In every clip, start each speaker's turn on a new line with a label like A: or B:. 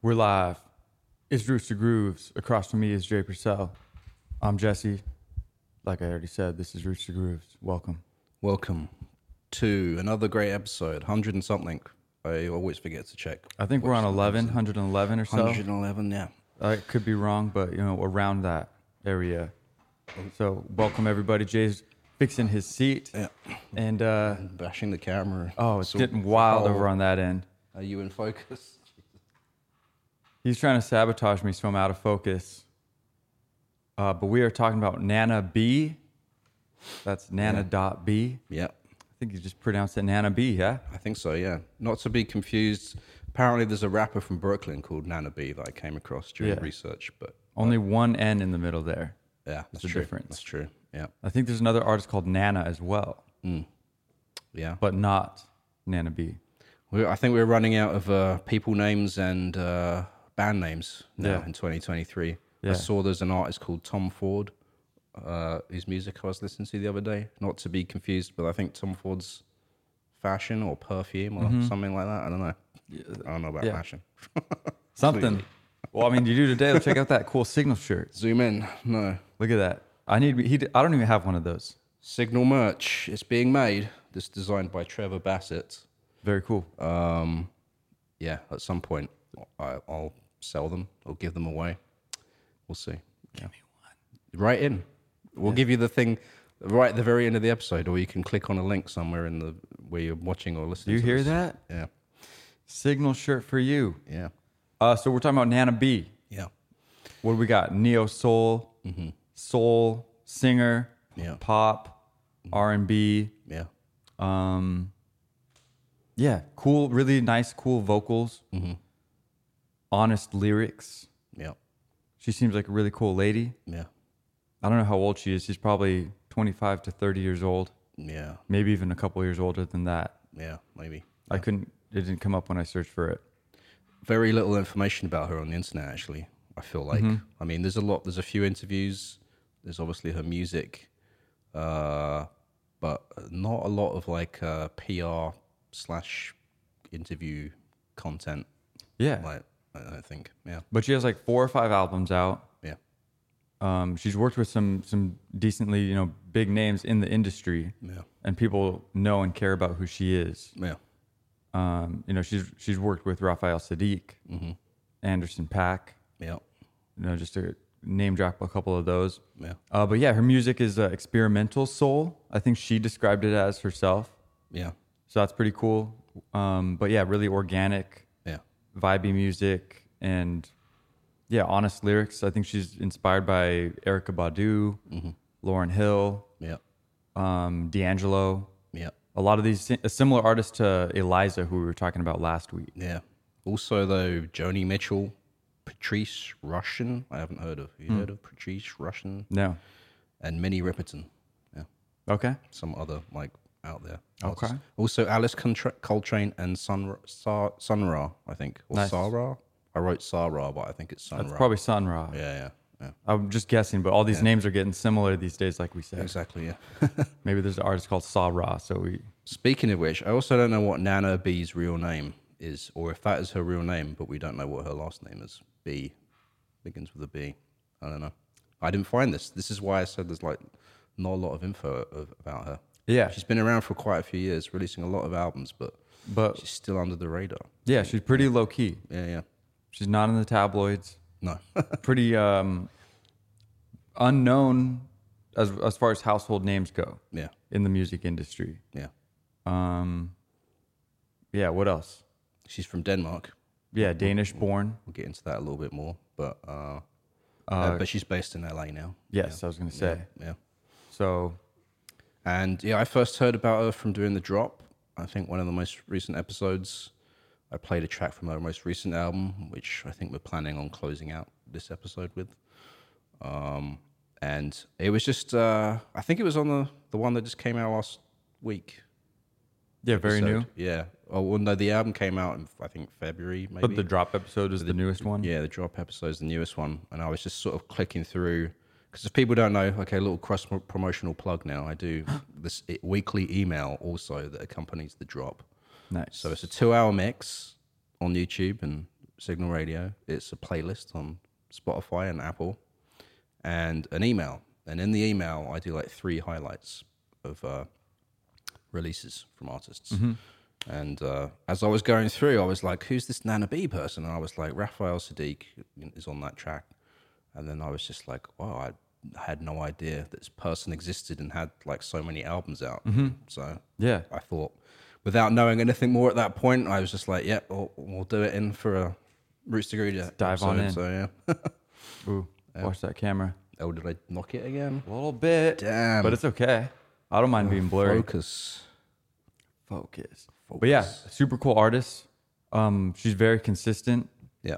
A: We're live. It's Rooster Grooves. Across from me is Jay Purcell. I'm Jesse. Like I already said, this is Rooster Grooves. Welcome.
B: Welcome to another great episode, 100 and something. I always forget to check.
A: I think we're on 11, 111 or so.
B: 111, yeah.
A: I could be wrong, but you know, around that area. So welcome everybody. Jay's fixing his seat.
B: Yeah.
A: And uh
B: Bashing the camera.
A: oh, it's
B: So-
A: getting wild
B: Oh,
A: over on that end.
B: Are you in focus?
A: He's trying to sabotage me so I'm out of focus. Uh, but we are talking about Nana B. That's Nana dot B.
B: Yeah,
A: I think you just pronounced it Nana B, yeah?
B: I think so, yeah. Not to be confused. Apparently, there's a rapper from Brooklyn called Nana B that I came across during
A: Yeah.
B: research, but
A: Only one N in the middle there.
B: yeah, that's
A: the
B: true.
A: difference.
B: That's true. Yeah.
A: I think there's another artist called Nana as well,
B: Yeah.
A: but not Nana B.
B: We, I think we're running out of uh, people names and uh, band names now
A: Yeah.
B: in 2023.
A: Yeah.
B: I saw there's an artist called Tom Ford, uh, whose music I was listening to the other day. Not to be confused, but I think Tom Ford's fashion or perfume or something like that. I don't know. I don't know about
A: Mm-hmm. yeah.
B: fashion.
A: Something. well, I mean, you do today. Check out that cool signal shirt.
B: Zoom in. No.
A: Look at that. I need. He. I don't even have one of those.
B: Signal merch. It's being made. This designed by Trevor Bassett.
A: Very cool.
B: Um, yeah, at some point I, I'll sell them or give them away. We'll see. Give me one. Right in. We'll give you the thing right at the very end of the episode, or you can click on a link somewhere in the where you're watching or listening.
A: Do you
B: to
A: hear
B: this.
A: that?
B: Yeah,
A: Signal shirt for you.
B: yeah,
A: Uh, so we're talking about Nana B.
B: yeah.
A: What do we got? Neo soul, soul singer,
B: Yeah.
A: pop, R and B.
B: Yeah,
A: Um, yeah, cool, really nice, cool vocals, honest lyrics.
B: yeah,
A: She seems like a really cool lady.
B: yeah,
A: I don't know how old she is. She's probably 25 to 30 years old,
B: yeah,
A: maybe even a couple years older than that.
B: yeah. Maybe
A: I couldn't, it didn't come up when I searched for it.
B: very little information about her on the internet. Actually, I feel like I mean, there's a lot. There's a few interviews. There's obviously her music, uh, but not a lot of like uh, PR slash interview content.
A: Yeah.
B: Like I don't think. Yeah,
A: But she has like four or five albums out.
B: yeah,
A: Um, she's worked with some, some decently, you know, big names in the industry
B: yeah,
A: and people know and care about who she is.
B: yeah,
A: Um, you know, she's, she's worked with Raphael Sadiq, Anderson Pack,
B: yeah,
A: you know, just to name drop a couple of those.
B: yeah,
A: Uh, but yeah, her music is uh, experimental soul. I think she described it as herself.
B: yeah,
A: So that's pretty cool. Um, but yeah, really organic,
B: yeah,
A: vibey music and yeah, honest lyrics. I think she's inspired by Erica Badu, Lauren Hill,
B: yeah,
A: um, D'Angelo.
B: yeah.
A: A lot of these si- a similar artists to Eliza, who we were talking about last week.
B: Yeah. Also, though, Joni Mitchell, Patrice Russian. I haven't heard of. You heard of Patrice Russian
A: No.
B: and Minnie Riperton? Yeah.
A: Okay.
B: some other like out there.
A: Okay.
B: artists. Also, Alice Contra- Coltrane and Sun Sa- Sun Ra, I think, or
A: Nice.
B: Sarah. I wrote Sarah, but I think it's Sun Ra.
A: Probably Sun Ra.
B: yeah, yeah, yeah.
A: I'm just guessing, but all these names are getting similar these days, like we said.
B: Exactly. Yeah.
A: Maybe there's an artist called Sa Ra, so we
B: Speaking of which, I also don't know what Nana B's real name is, or if that is her real name, but we don't know what her last name is. B begins with a B. I don't know. I didn't find this. This is why I said there's like not a lot of info of, about her.
A: Yeah.
B: She's been around for quite a few years, releasing a lot of albums, but
A: But
B: she's still under the radar.
A: yeah, she's pretty low key.
B: Yeah, yeah.
A: She's not in the tabloids.
B: No.
A: Pretty um, unknown as as far as household names go
B: yeah.
A: in the music industry.
B: Yeah.
A: Um, yeah, what else?
B: She's from Denmark. Mm-hmm.
A: Yeah, Danish born.
B: We'll get into that a little bit more, but uh,
A: Oh.
B: uh, but she's based in LA now.
A: Yes, I was gonna say.
B: Yeah.
A: So
B: And yeah, I first heard about her from doing the drop. I think one of the most recent episodes. I played a track from her most recent album, which I think we're planning on closing out this episode with. Um, and it was just, uh, I think it was on the, the one that just came out last week.
A: yeah, very new.
B: episode. Yeah. Oh, well, no, the album came out in, I think, February, maybe.
A: But the drop episode is the newest one.
B: Yeah, the drop episode is the newest one, and I was just sort of clicking through because if people don't know, okay, a little cross promotional plug now. I do this i- weekly email also that accompanies the drop,
A: Nice.
B: so it's a two-hour mix on YouTube, and Signal Radio. It's a playlist on Spotify and Apple, and an email. And in the email, I do like three highlights of uh, releases from artists. And uh, as I was going through, I was like, "Who's this Nana B person?" And I was like, "Raphael Sadiq is on that track." And then I was just like, "Wow, I had no idea this person existed and had like so many albums out." So
A: Yeah.
B: I thought, without knowing anything more at that point, I was just like, "Yep, we'll, we'll do it in for a Roots to Grooter
A: dive on
B: episode." So yeah,
A: Ooh, watch that camera.
B: oh, did I knock it again?
A: A little bit.
B: Damn.
A: But it's okay. I don't mind being blurry.
B: Focus.
A: Focus. But yeah, super cool artist. Um, she's very consistent.
B: Yeah,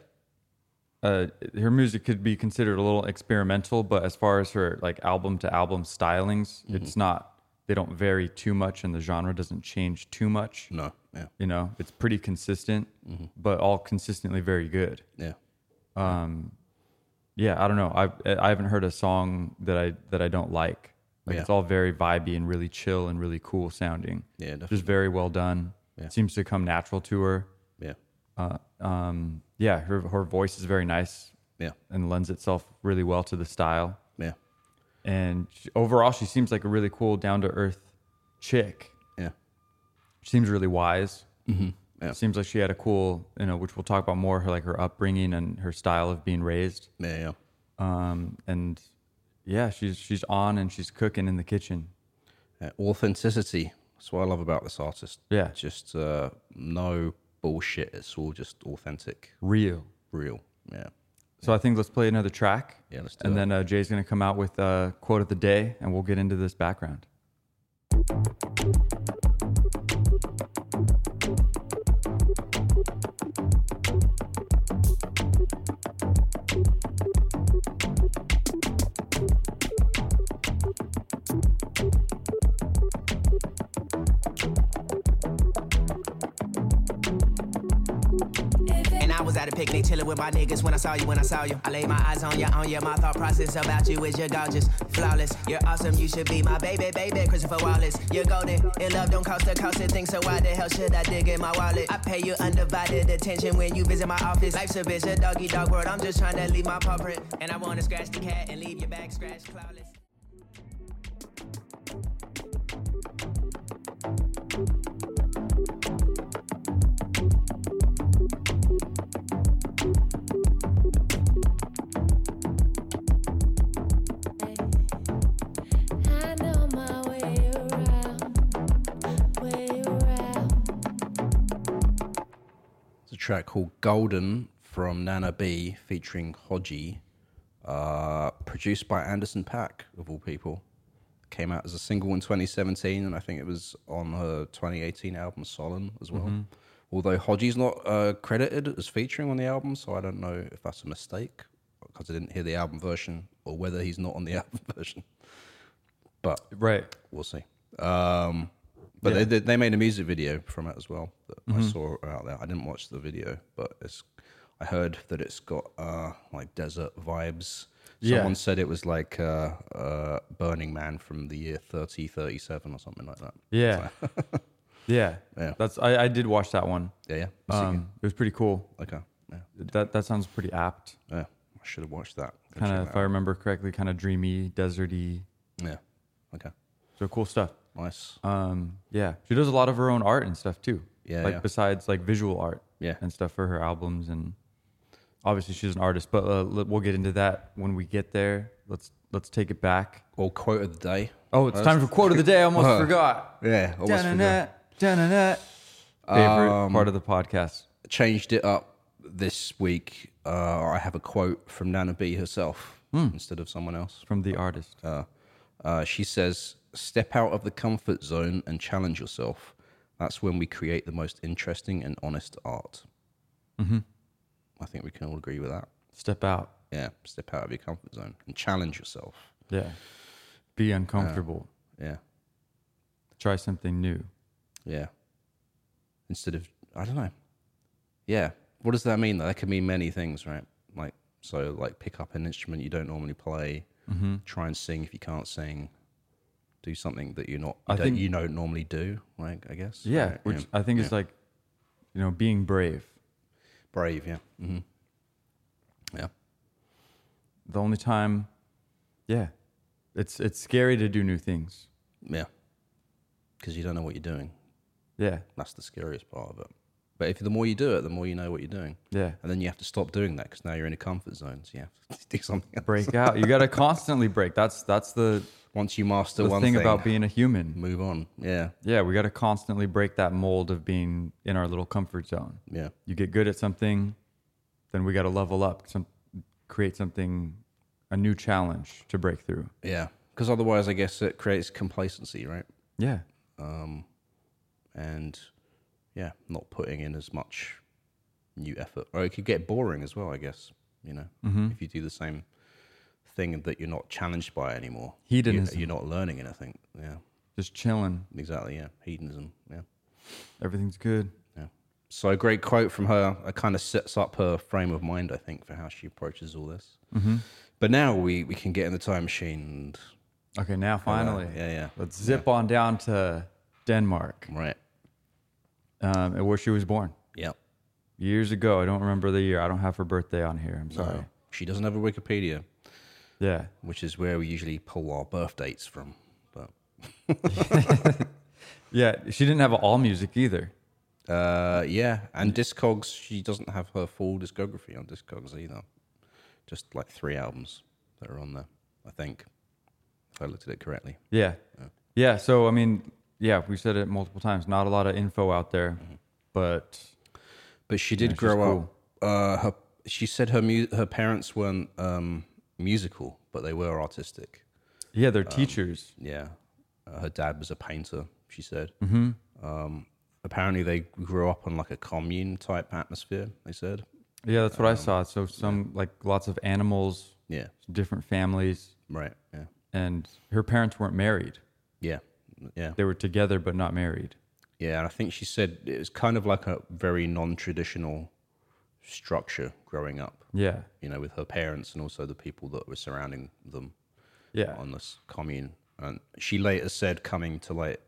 A: Uh, her music could be considered a little experimental, but as far as her like album to album stylings, it's not. They don't vary too much, and the genre doesn't change too much.
B: no, yeah,
A: You know, it's pretty consistent, but all consistently very good.
B: yeah,
A: Yeah, I don't know. I I haven't heard a song that I that I don't like. Like
B: Yeah.
A: it's all very vibey and really chill and really cool sounding.
B: Yeah, definitely.
A: just very well done. Seems to come natural to her.
B: yeah,
A: Uh, um, yeah, her her voice is very nice
B: yeah,
A: and lends itself really well to the style.
B: yeah,
A: And she, overall, she seems like a really cool, down to earth chick.
B: yeah,
A: She seems really wise. Mm-hmm.
B: Yeah.
A: Seems like she had a cool, you know, which we'll talk about more, her like her upbringing and her style of being raised
B: yeah, yeah.
A: um, and yeah, she's she's on and she's cooking in the kitchen.
B: Uh, authenticity. That's what I love about this artist.
A: Yeah.
B: Just uh, no bullshit. It's all just authentic,
A: Real.
B: real. Yeah.
A: So I think let's play another track.
B: Yeah, let's do
A: And
B: it.
A: then uh, Jay's gonna come out with a quote of the day, and we'll get into this background.
C: And I was at a picnic chilling with my niggas when I saw you, when I saw you. I laid my eyes on you, on you. My thought process about you is you're gorgeous, flawless. You're awesome, you should be my baby, baby. Christopher Wallace, you're golden. In love don't cost a cost a thing, so why the hell should I dig in my wallet? I pay you undivided attention when you visit my office. Life's a bitch, a doggy dog world. I'm just trying to leave my paw print. And I wanna scratch the cat and leave your back scratched, flawless.
D: I know my way around, way around.
B: It's a track called Golden from Nana B featuring Hodgie, uh, produced by Anderson Pack, of all people. Came out as a single in 2017, and I think it was on her 2018 album Solon as well. Although Hodgie's not uh, credited as featuring on the album, so I don't know if that's a mistake because I didn't hear the album version or whether he's not on the album version. But
A: Right.
B: we'll see. Um, but they, did- they made a music video from it as well that
A: Mm-hmm.
B: I saw out there. I didn't watch the video, but it's I heard that it's got uh, like desert vibes.
A: Yeah.
B: Someone said it was like uh, uh, Burning Man from the year thirty thirty seven or something like that.
A: Yeah. yeah.
B: Yeah.
A: That's I, I did watch that one.
B: Yeah, yeah. You see it?
A: Um, it was pretty cool.
B: okay. Yeah.
A: That that sounds pretty apt.
B: yeah. I should have watched that. Go
A: Kind
B: check
A: of, if I remember correctly, kind of dreamy, deserty.
B: that out. Yeah. Okay.
A: So cool stuff.
B: Nice.
A: Um, yeah, she does a lot of her own art and stuff too.
B: Yeah,
A: like
B: yeah.
A: besides like visual art.
B: Yeah.
A: and stuff for her albums and obviously she's an artist. But uh, l- we'll get into that when we get there. Let's let's take it back.
B: Or quote of the day.
A: Oh, it's time for quote of the day. I almost
B: Huh.
A: forgot.
B: Yeah. Almost forgot.
A: Da-na-na, da-na-na. Um, Favorite part of the podcast.
B: changed it up this week. Uh, I have a quote from Nana B herself instead of someone else.
A: From the artist.
B: Uh, uh, she says, "Step out of the comfort zone and challenge yourself. That's when we create the most interesting and honest art." Mm-hmm. I think we can all agree with that.
A: Step out.
B: Yeah, step out of your comfort zone and challenge yourself.
A: Yeah. Be uncomfortable.
B: Yeah,
A: Try something new.
B: yeah. Instead of I don't know. Yeah, what does that mean? though? That can mean many things, right? Like so, like pick up an instrument you don't normally play.
A: Mm-hmm.
B: try and sing if you can't sing. Do something that you're not.
A: I
B: I think
A: think-
B: you don't normally do. Like I guess.
A: Yeah,
B: Right,
A: which I think is like, you know, being brave.
B: Brave, yeah. hmm Yeah.
A: The only time, yeah, it's it's scary to do new things.
B: Yeah. Because you don't know what you're doing.
A: Yeah,
B: That's the scariest part of it. But if the more you do it, the more you know what you're doing.
A: yeah.
B: And then you have to stop doing that because now you're in a comfort zone. So you have to do something else.
A: Break out. You got to constantly break. That's that's the,
B: Once you master
A: the
B: one
A: thing
B: thing,
A: about being a human.
B: move on. Yeah.
A: Yeah, we got to constantly break that mold of being in our little comfort zone.
B: Yeah.
A: You get good at something, then we got to level up, some, create something, a new challenge to break through.
B: Yeah. Because otherwise, I guess it creates complacency, right?
A: Yeah,
B: And yeah, not putting in as much new effort. Or it could get boring as well, I guess, you know,
A: Mm-hmm.
B: if you do the same thing that you're not challenged by anymore. You-
A: Hedonism.
B: You're not learning anything. Yeah.
A: just chilling.
B: Exactly. Yeah. Hedonism. Yeah.
A: Everything's good.
B: Yeah. So a great quote from her. It kind of sets up her frame of mind, I think, for how she approaches all this.
A: Mm-hmm.
B: But now we, we can get in the time machine.
A: Okay, now finally,
B: yeah, yeah.
A: Let's zip on down to Denmark,
B: And, right.
A: um, and where she was born
B: Yeah.
A: years ago. I don't remember the year. I don't have her birthday on here. I'm sorry.
B: So she doesn't have a Wikipedia,
A: Yeah,
B: which is where we usually pull our birth dates from. But
A: yeah. She didn't have all music either.
B: uh, yeah, and Discogs, she doesn't have her full discography on Discogs either. Just like three albums that are on there, I think, if I looked at it correctly.
A: Yeah. Yeah. So, I mean, yeah, we said it multiple times. Not a lot of info out there,
B: Mm-hmm.
A: but
B: But she did
A: she's
B: grow up. Uh, her, she said her mu- her parents weren't um, musical, but they were artistic.
A: yeah,
B: Um,
A: they're teachers.
B: Yeah, uh, her dad was a painter. She said. Mm-hmm. Um, apparently, they grew up on like a commune type atmosphere. They said.
A: Yeah, that's what I saw. So, some like lots of animals,
B: Yeah.
A: different families,
B: Right. Yeah.
A: and her parents weren't married.
B: Yeah. Yeah.
A: They were together, but not married.
B: Yeah, and I think she said it was kind of like a very non-traditional structure growing up.
A: Yeah.
B: You know, with her parents and also the people that were surrounding them.
A: Yeah.
B: on this commune. And she later said coming to like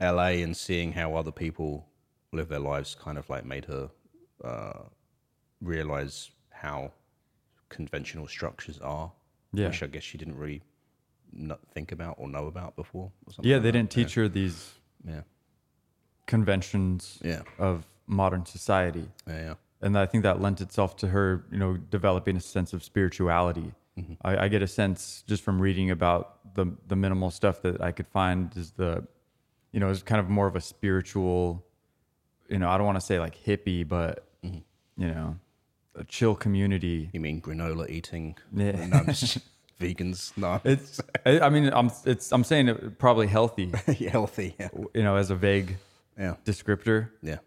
B: LA and seeing how other people live their lives kind of like made her uh, realize how conventional structures are,
A: Yeah.
B: which I guess she didn't really not think about or know about before. Or something
A: Yeah.
B: like
A: They
B: that.
A: didn't teach her these
B: Yeah.
A: conventions
B: Yeah.
A: of modern society.
B: Yeah. Yeah.
A: and I think that lent itself to her, you know, developing a sense of spirituality. I, I get a sense just from reading about the the minimal stuff that I could find is the, you know, is kind of more of a spiritual, you know, I don't want to say like hippie, but you know, a chill community.
B: You mean granola eating?
A: Yeah.
B: No, I'm just- vegans? No.
A: It's, I I mean, I'm it's I'm saying it probably healthy,
B: Yeah, healthy. Yeah.
A: you know, as a vague
B: Yeah.
A: descriptor,
B: Yeah.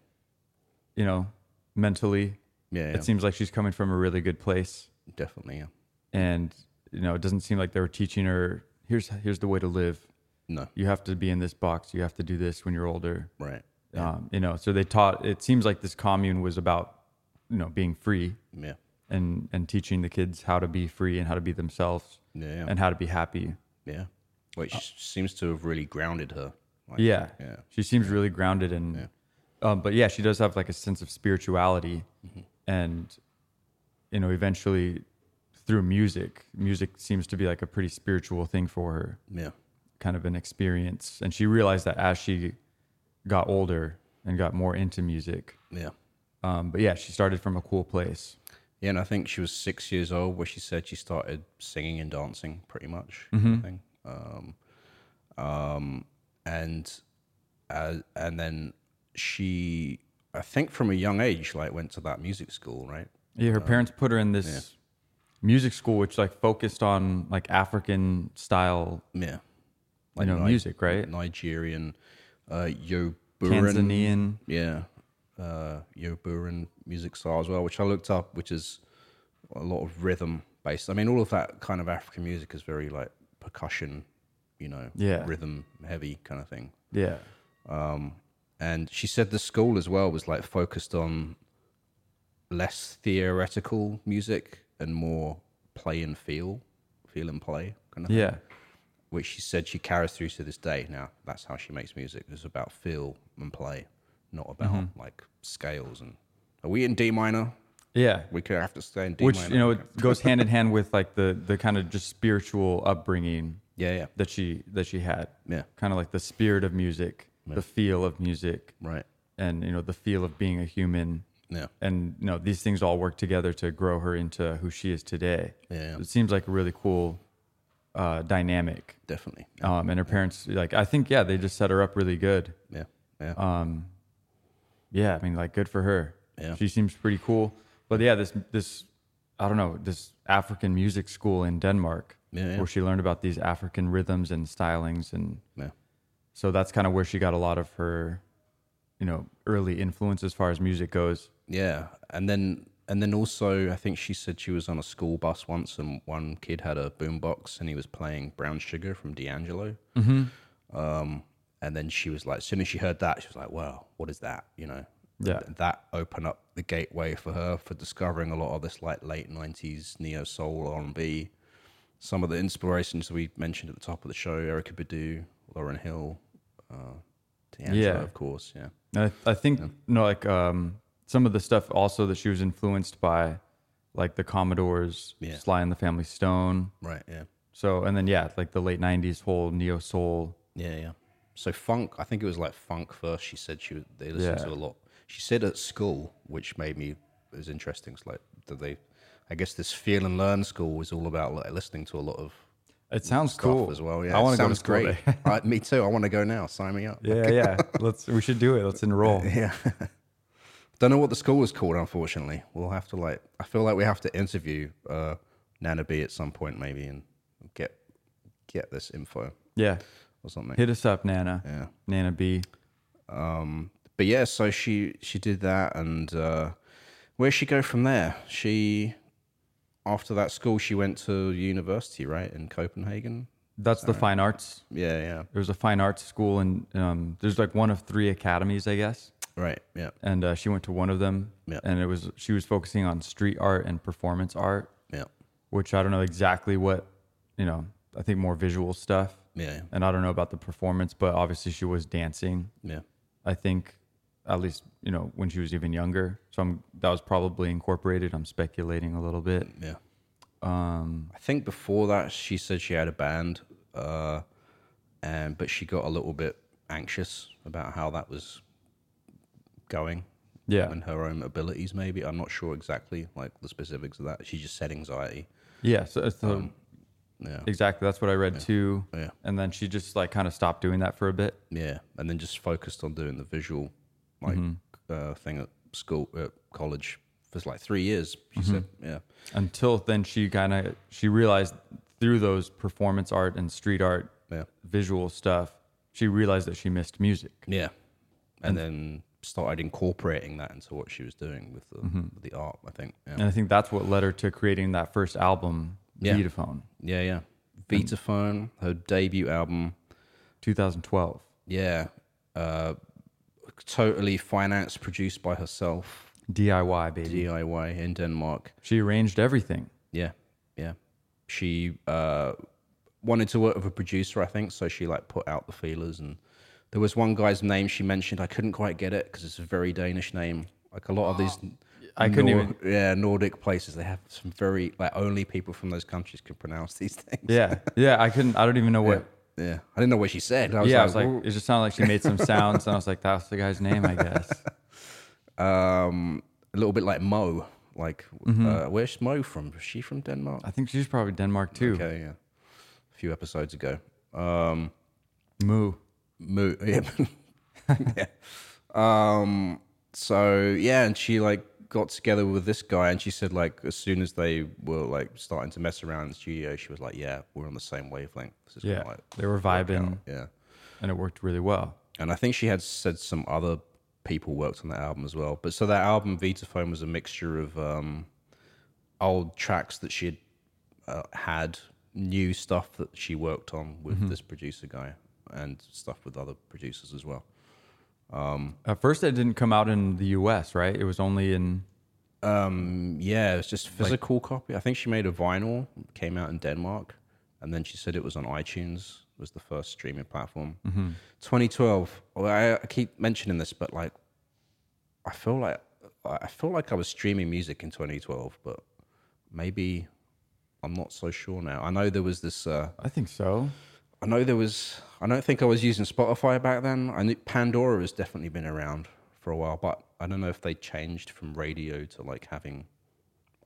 A: you know, mentally.
B: Yeah. yeah.
A: It seems like she's coming from a really good place.
B: Definitely. Yeah.
A: and you know it doesn't seem like they were teaching her here's here's the way to live
B: No.
A: you have to be in this box you have to do this when you're older
B: Right.
A: um, you know so they taught it seems like this commune was about you know being free
B: Yeah.
A: and and teaching the kids how to be free and how to be themselves
B: Yeah.
A: and how to be happy
B: Yeah. Which seems to have really grounded her. Like,
A: yeah,
B: Yeah.
A: she seems really grounded and um, but yeah she does have like a sense of spirituality
B: Mm-hmm.
A: and you know eventually through music music seems to be like a pretty spiritual thing for her
B: Yeah.
A: kind of an experience. And she realized that as she got older and got more into music.
B: Yeah.
A: Um, but yeah, she started from a cool place.
B: Yeah. And I think she was six years old where she said she started singing and dancing pretty much. I think. Um, um, and, uh, and then she, I think from a young age, like went to that music school, right?
A: Yeah, her parents put her in this music school, which like focused on like African style,
B: Yeah.
A: you know,
B: Ni-
A: music, right?
B: Nigerian, uh, Yoruban.
A: Tanzanian.
B: yeah, uh, Yoruban music style as well, which I looked up, which is a lot of rhythm based. I mean, all of that kind of African music is very like percussion, you know,
A: Yeah.
B: rhythm heavy kind of thing.
A: Yeah.
B: And she said the school as well was like focused on less theoretical music and more play and feel, feel and play kind of thing
A: Yeah.
B: which she said she carries through to this day. Now that's how she makes music. It's about
A: Mm-hmm.
B: feel and play, not about like scales and. Are we in D minor?
A: Yeah.
B: We could have to stay in D
A: Which,
B: minor.
A: you know, it goes hand in hand with like the, the kind of just spiritual upbringing
B: yeah, yeah,
A: that she, that she had.
B: Yeah.
A: Kind of like the spirit of music, the feel of music.
B: right,
A: And, you know, the feel of being a human.
B: yeah,
A: and you know these things all work together to grow her into who she is today.
B: Yeah, yeah.
A: it seems like a really cool uh, dynamic.
B: definitely,
A: Um, and her parents, like, I think, yeah, they just set her up really good.
B: yeah, yeah,
A: Uh, Yeah, I mean, like, good for her.
B: Yeah.
A: she seems pretty cool. But yeah, this this I don't know this African music school in Denmark
B: Yeah, yeah.
A: where she learned about these African rhythms and stylings, and
B: yeah,
A: so that's kind of where she got a lot of her, you know, early influence as far as music goes.
B: yeah. And then, and then also, I think she said she was on a school bus once, and one kid had a boombox, and he was playing Brown Sugar from D'Angelo. Mm-hmm. Um, and then she was like, as soon as she heard that, she was like, "Wow, what is that?" You know.
A: Yeah.
B: And that opened up the gateway for her for discovering a lot of this like late nineties neo soul R and B. Some of the inspirations we mentioned at the top of the show: Erica Badu, Lauren Hill, uh, D'Angelo,
A: Yeah.
B: of course. Yeah.
A: And I, I think no, like um, some of the stuff also that she was influenced by, like the Commodores,
B: Yeah.
A: Sly and the Family Stone.
B: Right. Yeah.
A: So and then yeah, like the late '90s whole neo soul.
B: Yeah, yeah. So funk, I think it was like funk first. She said she was, they listened
A: Yeah.
B: to a lot. She said at school, which made me it was interesting. It's like that they, I guess this feel and learn school was all about like listening to a lot of
A: It sounds
B: stuff
A: cool
B: as well. Yeah,
A: I
B: it
A: want to go to
B: sounds
A: school
B: great.
A: there.
B: I, me too. I want to go now. Sign me up.
A: yeah, yeah. Let's we should do it. Let's enroll.
B: Don't know what the school is called, unfortunately. We'll have to like. I feel like we have to interview uh, Nana B at some point, maybe, and get get this info
A: Yeah,
B: or something.
A: hit us up, Nana. Yeah, Nana B.
B: but yeah, so she she did that, and uh, where she go from there? She after that school, she went to university, right, in Copenhagen.
A: That's the fine arts.
B: Yeah, yeah,
A: There's a fine arts school, and um, there's like one of three academies, I guess.
B: right, yeah,
A: And uh, she went to one of them,
B: Yeah.
A: and it was she was focusing on street art and performance art.
B: yeah,
A: which I don't know exactly what, you know, I think more visual stuff.
B: yeah,
A: And I don't know about the performance, but obviously she was dancing.
B: yeah,
A: I think at least, you know, when she was even younger. So I'm, that was probably incorporated. I'm speculating a little bit.
B: yeah. Um, I think before that, she said she had a band, uh, and but she got a little bit anxious about how that was going.
A: Yeah.
B: and her own abilities, maybe. I'm not sure exactly, like the specifics of that. She just said anxiety.
A: Yeah. So, so
B: Yeah.
A: exactly. That's what I read too.
B: Yeah.
A: And then she just like kind of stopped doing that for a bit.
B: Yeah, and then just focused on doing the visual like uh, thing at school, at college for like three years. She said, "Yeah,
A: Until then, she kind of, she realized through those performance art and street art,
B: Yeah.
A: visual stuff, she realized that she missed music.
B: yeah," and then started incorporating that into what she was doing with the, with the art. I think, yeah,
A: And I think that's what led her to creating that first album,
B: Yeah.
A: Vitaphone,
B: yeah, yeah. Vitaphone, her debut album,
A: 2012.
B: yeah, uh, totally financed, produced by herself,
A: Mm. DIY, baby.
B: DIY in Denmark.
A: She arranged everything.
B: Yeah, yeah. She uh, wanted to work with a producer, I think, so she like put out the feelers. And there was one guy's name she mentioned. I couldn't quite get it because it's a very Danish name. Like a lot of these,
A: I couldn't
B: even. Yeah, Nordic places they have some very like only people from those countries can pronounce these things.
A: Yeah. Yeah. I couldn't, I don't even know what.
B: yeah. I didn't know what she said. I
A: Yeah. I was
B: was like,
A: like,
B: "Ooh."
A: it just sounded like she made some sounds. And I was like, that's the guy's name, I guess.
B: um, a little bit like Mo. Like, uh, where's Mo from? Is she from Denmark?
A: Mm-hmm. I think she's probably Denmark too.
B: Okay, yeah. A few episodes ago. Um,
A: Moo.
B: Mo- yeah. Yeah. Um, so yeah, and she like got together with this guy, and she said like as soon as they were like starting to mess around in the studio, she was like, "Yeah, we're on the same wavelength." This is
A: Yeah.
B: gonna, like,
A: They were
B: work
A: vibing
B: out." Yeah,
A: and it worked really well.
B: and I think she had said some other people worked on that album as well. But so that album Vitaphone was a mixture of um, old tracks that she had uh, had, new stuff that she worked on with this producer guy, and stuff with other producers as well.
A: At first, it didn't come out in the US, right? It was only in,
B: Yeah, it was just physical copy. I think she made a vinyl, came out in Denmark, and then she said it was on iTunes was the first streaming platform. 2012. Well, I I keep mentioning this, but like, I feel like I feel like I was streaming music in 2012, but maybe I'm not so sure now. I know there was this. Uh,
A: I think so.
B: I know there was. I don't think I was using Spotify back then. I knew Pandora has definitely been around for a while, but I don't know if they changed from radio to like having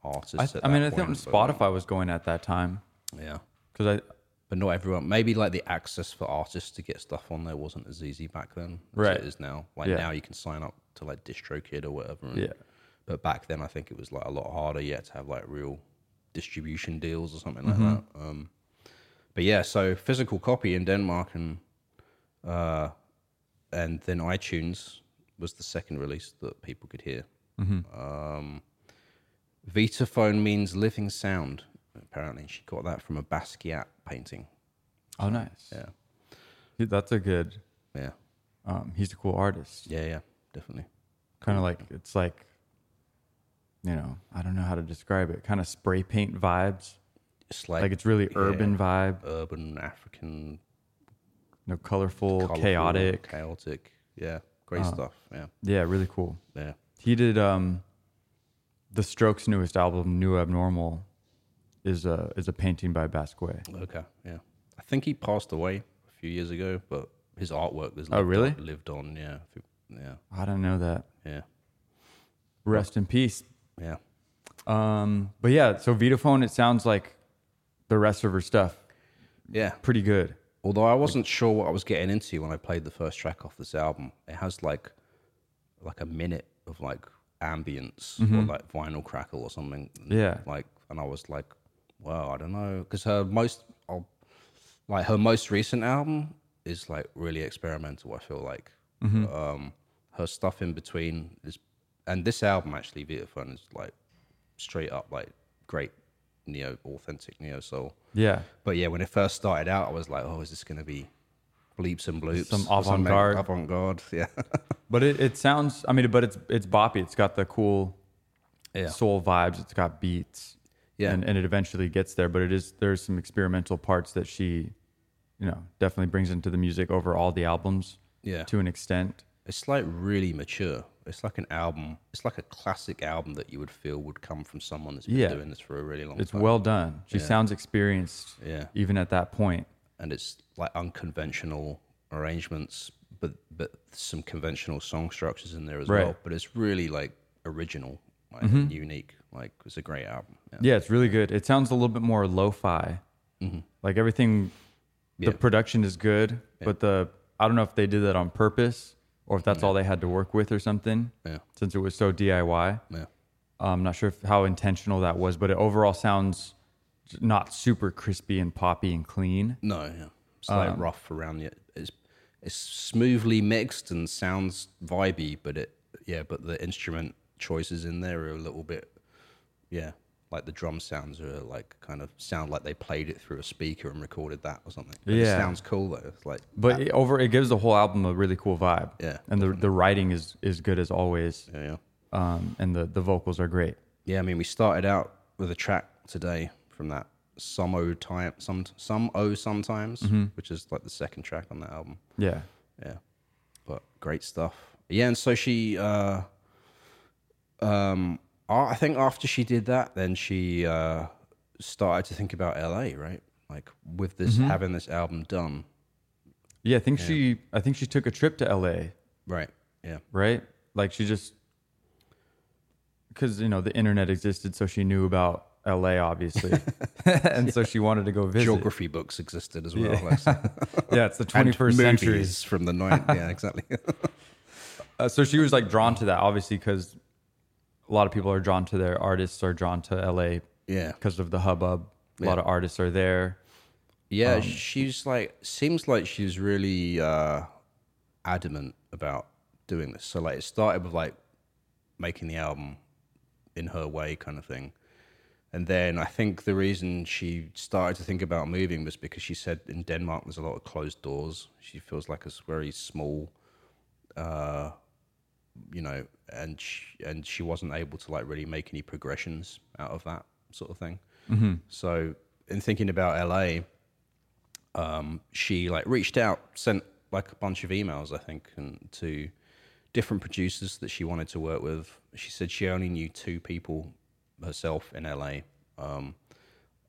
B: artists.
A: I,
B: at
A: I mean,
B: that
A: I think
B: point,
A: Spotify was going at that time
B: but, yeah,
A: because I
B: but not everyone. Maybe like the access for artists to get stuff on there wasn't as easy back then as
A: Right.
B: it is now. Like
A: Yeah.
B: now you can sign up to like DistroKid or whatever. and-
A: Yeah.
B: But back then, I think it was like a lot harder. You had to have like real distribution deals or something
A: Mm-hmm.
B: like that. Um, but yeah, so physical copy in Denmark and uh, and then iTunes was the second release that people could hear.
A: Mm-hmm.
B: Um, Vitaphone means living sound. Apparently, she got that from a Basquiat painting.
A: oh nice
B: Yeah.
A: Dude, that's a good.
B: Yeah.
A: Um, he's a cool artist.
B: Yeah, yeah, definitely.
A: Kind of like it's like, you know, I don't know how to describe it. Kind of spray paint vibes.
B: It's like,
A: Like it's really urban vibe.
B: urban African
A: You know, colorful,
B: colourful,
A: chaotic. Ah.
B: chaotic. Yeah, great stuff. Yeah,
A: Yeah, really cool.
B: yeah.
A: He did um, the Strokes' newest album, New Abnormal, is a is a painting by Basquiat.
B: Okay, yeah. I think he passed away a few years ago, but his artwork was
A: Oh,
B: lived
A: really?
B: on, lived on. Yeah, through- yeah,
A: I don't know that.
B: yeah,
A: Rest in peace.
B: yeah.
A: Um, but yeah, so Vitaphone, it sounds like the rest of her stuff
B: Yeah.
A: pretty good.
B: Although I wasn't sure what I was getting into when I played the first track off this album. It has like like a minute of like ambience or like vinyl crackle or something.
A: Yeah.
B: Like and I was like, wow, I don't know cuz her most I'll, like her most recent album is like really experimental, I feel like. Um her stuff in between is and this album actually Vitaphone is like straight up like great neo authentic neo soul.
A: Yeah.
B: But yeah, when it first started out, I was like, oh, is this going to be bleeps and bloops?
A: Some
B: or something?
A: avant-garde.
B: Avant-garde, yeah.
A: But it, it sounds I mean, but it's it's boppy. It's got the cool
B: Yeah.
A: soul vibes, it's got beats.
B: Yeah.
A: And and it eventually gets there. But it is there's some experimental parts that she, you know, definitely brings into the music over all the albums.
B: Yeah.
A: To an extent.
B: It's like really mature. It's like an album. It's like a classic album that you would feel would come from someone that's been
A: Yeah.
B: doing this for a really long
A: It's
B: time.
A: well done. She sounds experienced
B: Yeah.
A: even at that point.
B: and it's like unconventional arrangements, but but some conventional song structures in there as
A: Right. Mm-hmm.
B: well. But it's really like original, like unique. Like it's a great album. Yeah. Mm-hmm.
A: Yeah, it's really good. It sounds a little bit more lo-fi. Like everything, the
B: Yeah.
A: production is good, but the I don't know if they did that on purpose or if that's all they had to work with or something.
B: Yeah.
A: Since it was so DIY,
B: yeah.
A: I'm Um, not sure if, how intentional that was, but it overall sounds not super crispy and poppy and clean.
B: No, yeah. It's like rough around the it's it's smoothly mixed and sounds vibey, but it yeah, but the instrument choices in there are a little bit yeah, like the drum sounds are like kind of sound like they played it through a speaker and recorded that or something. But
A: Yeah.
B: It sounds cool though. It's like
A: But it over it gives the whole album a really cool vibe.
B: Yeah,
A: and the the writing is is good as always.
B: yeah, yeah.
A: Um, and the the vocals are great.
B: Yeah, I mean we started out with a track today from that some o time some some o sometimes, which is like the second track on that album.
A: Yeah,
B: Yeah. But great stuff. Yeah, and so she uh um a- I think after she did that then she uh started to think about LA, right? Like with this having this album done.
A: yeah. I think she I think she took a trip to L.A.
B: Right. Yeah.
A: right? Like she just because you know the internet existed, so she knew about LA, obviously, and so she wanted to go visit.
B: Geography books existed as well. like-
A: Yeah, it's the
B: and
A: 21st century.
B: movies from the night. Yeah, exactly.
A: Uh, so she was like drawn to that, obviously, because a lot of people are drawn to their artists are drawn to LA
B: yeah.
A: because of the hubbub. A lot
B: Yeah.
A: of artists are there.
B: Yeah, she's like seems like she's really uh adamant about doing this. So like it started with like making the album in her way kind of thing. And then I think the reason she started to think about moving was because she said in Denmark there's a lot of closed doors. She feels like it's very small uh, you know, and she, and she wasn't able to like really make any progressions out of that sort of thing. So in thinking about LA, um, she like reached out, sent like a bunch of emails, I think, and to different producers that she wanted to work with. She said she only knew two people herself in LA, um,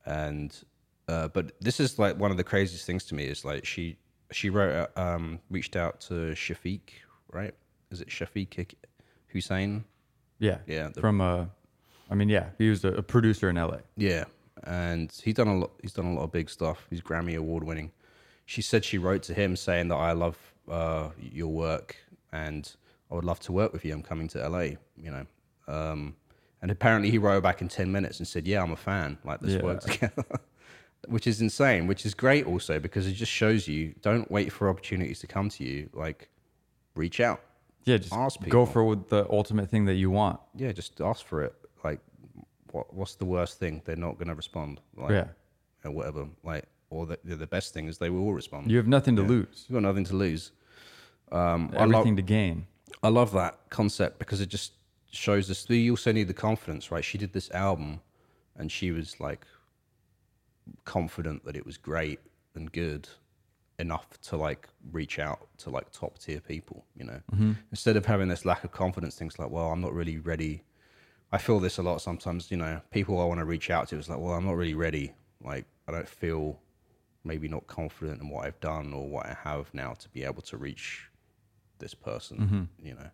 B: and uh, but this is like one of the craziest things to me is like she she wrote uh, um, reached out to Shafiq, right? Is it Shafiq Hussein?
A: Yeah.
B: Yeah, the-
A: From uh, I mean, yeah, he was a, a producer in LA.
B: Yeah, and he's done a lot. He's done a lot of big stuff. He's Grammy award winning. She said she wrote to him saying that I love uh, your work and I would love to work with you. I'm coming to LA, you know. Um, and apparently he wrote back in ten minutes and said, "Yeah, I'm a fan. Like this
A: Yeah.
B: works together." which is insane. Which is great also because it just shows you don't wait for opportunities to come to you. Like reach out.
A: Yeah, just
B: Ask people.
A: go for what the ultimate thing that you want.
B: Yeah, just ask for it. Like, what, what's the worst thing? They're not going to respond. Like,
A: Yeah.
B: or whatever. Like, or the, the best thing is they will all respond.
A: You have nothing to lose,
B: You've got nothing to lose. Um, I love-
A: everything to gain.
B: I love that concept because it just shows us. You also need the confidence, right? She did this album, and she was like confident that it was great and good enough to like reach out to like top tier people. You know, instead of having this lack of confidence, things like, well, I'm not really ready. I feel this a lot sometimes. You know, people I want to reach out to is like, well, I'm not really ready. Like, I don't feel maybe not confident in what I've done or what I have now to be able to reach this person.
A: Mm-hmm.
B: You know,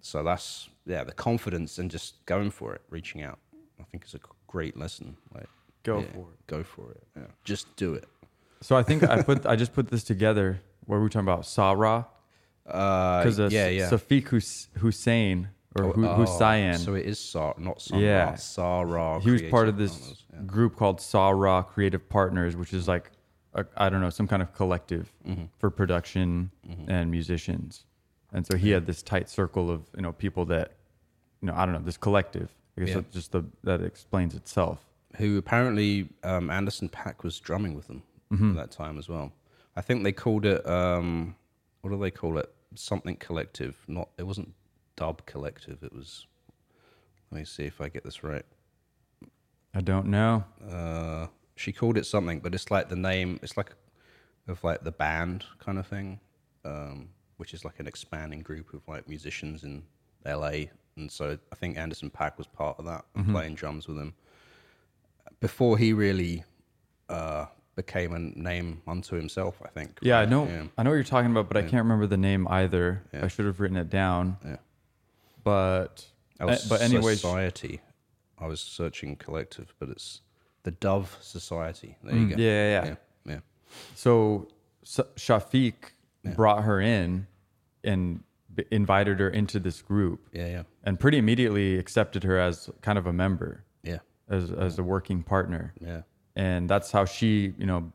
B: so that's yeah, the confidence and just going for it, reaching out. I think is a great lesson. Like,
A: Go
B: yeah,
A: for it.
B: Go for it. Yeah. Just do it.
A: So I think I put I just put this together. What were we talking about? Sarah, because
B: Uh, yeah, yeah.
A: Safiq Hus- Hussein or Hu-
B: Oh,
A: Hussein.
B: So it is Sar, not Sarah.
A: Yeah.
B: Sarah.
A: he was part
B: Oh, Creative
A: of this
B: Partners.
A: group called Sarah Creative Partners, which is like I I don't know some kind of collective
B: Mm-hmm.
A: for production and musicians. And so he had this tight circle of you know people that you know I don't know this collective. I guess
B: Yeah.
A: that's just the that explains itself.
B: who apparently um, Anderson Pack was drumming with them at that time as well. I think they called it um, what do they call it? Something collective. Not it wasn't dub collective. It was. Let me see if I get this right.
A: I don't know.
B: Uh, she called it something, but it's like the name. It's like of like the band kind of thing, um, which is like an expanding group of like musicians in LA. And so I think Anderson Pack was part of that,
A: Mm-hmm.
B: and playing drums with him before he really uh, became a name unto himself. I think.
A: Yeah, I
B: right?
A: know.
B: Yeah.
A: I know what you're talking about, but I can't remember the name either. I should have written it down.
B: Yeah.
A: But
B: I was
A: eh, but anyways,
B: society. I was searching collective, but it's the Dove Society. There you go.
A: Mm, yeah, yeah, yeah.
B: yeah, yeah.
A: So, Sa- Shafiq brought her in and b- invited her into this group,
B: yeah, yeah.
A: and pretty immediately accepted her as kind of a member,
B: yeah.
A: as as a working partner.
B: Yeah.
A: And that's how she, you know,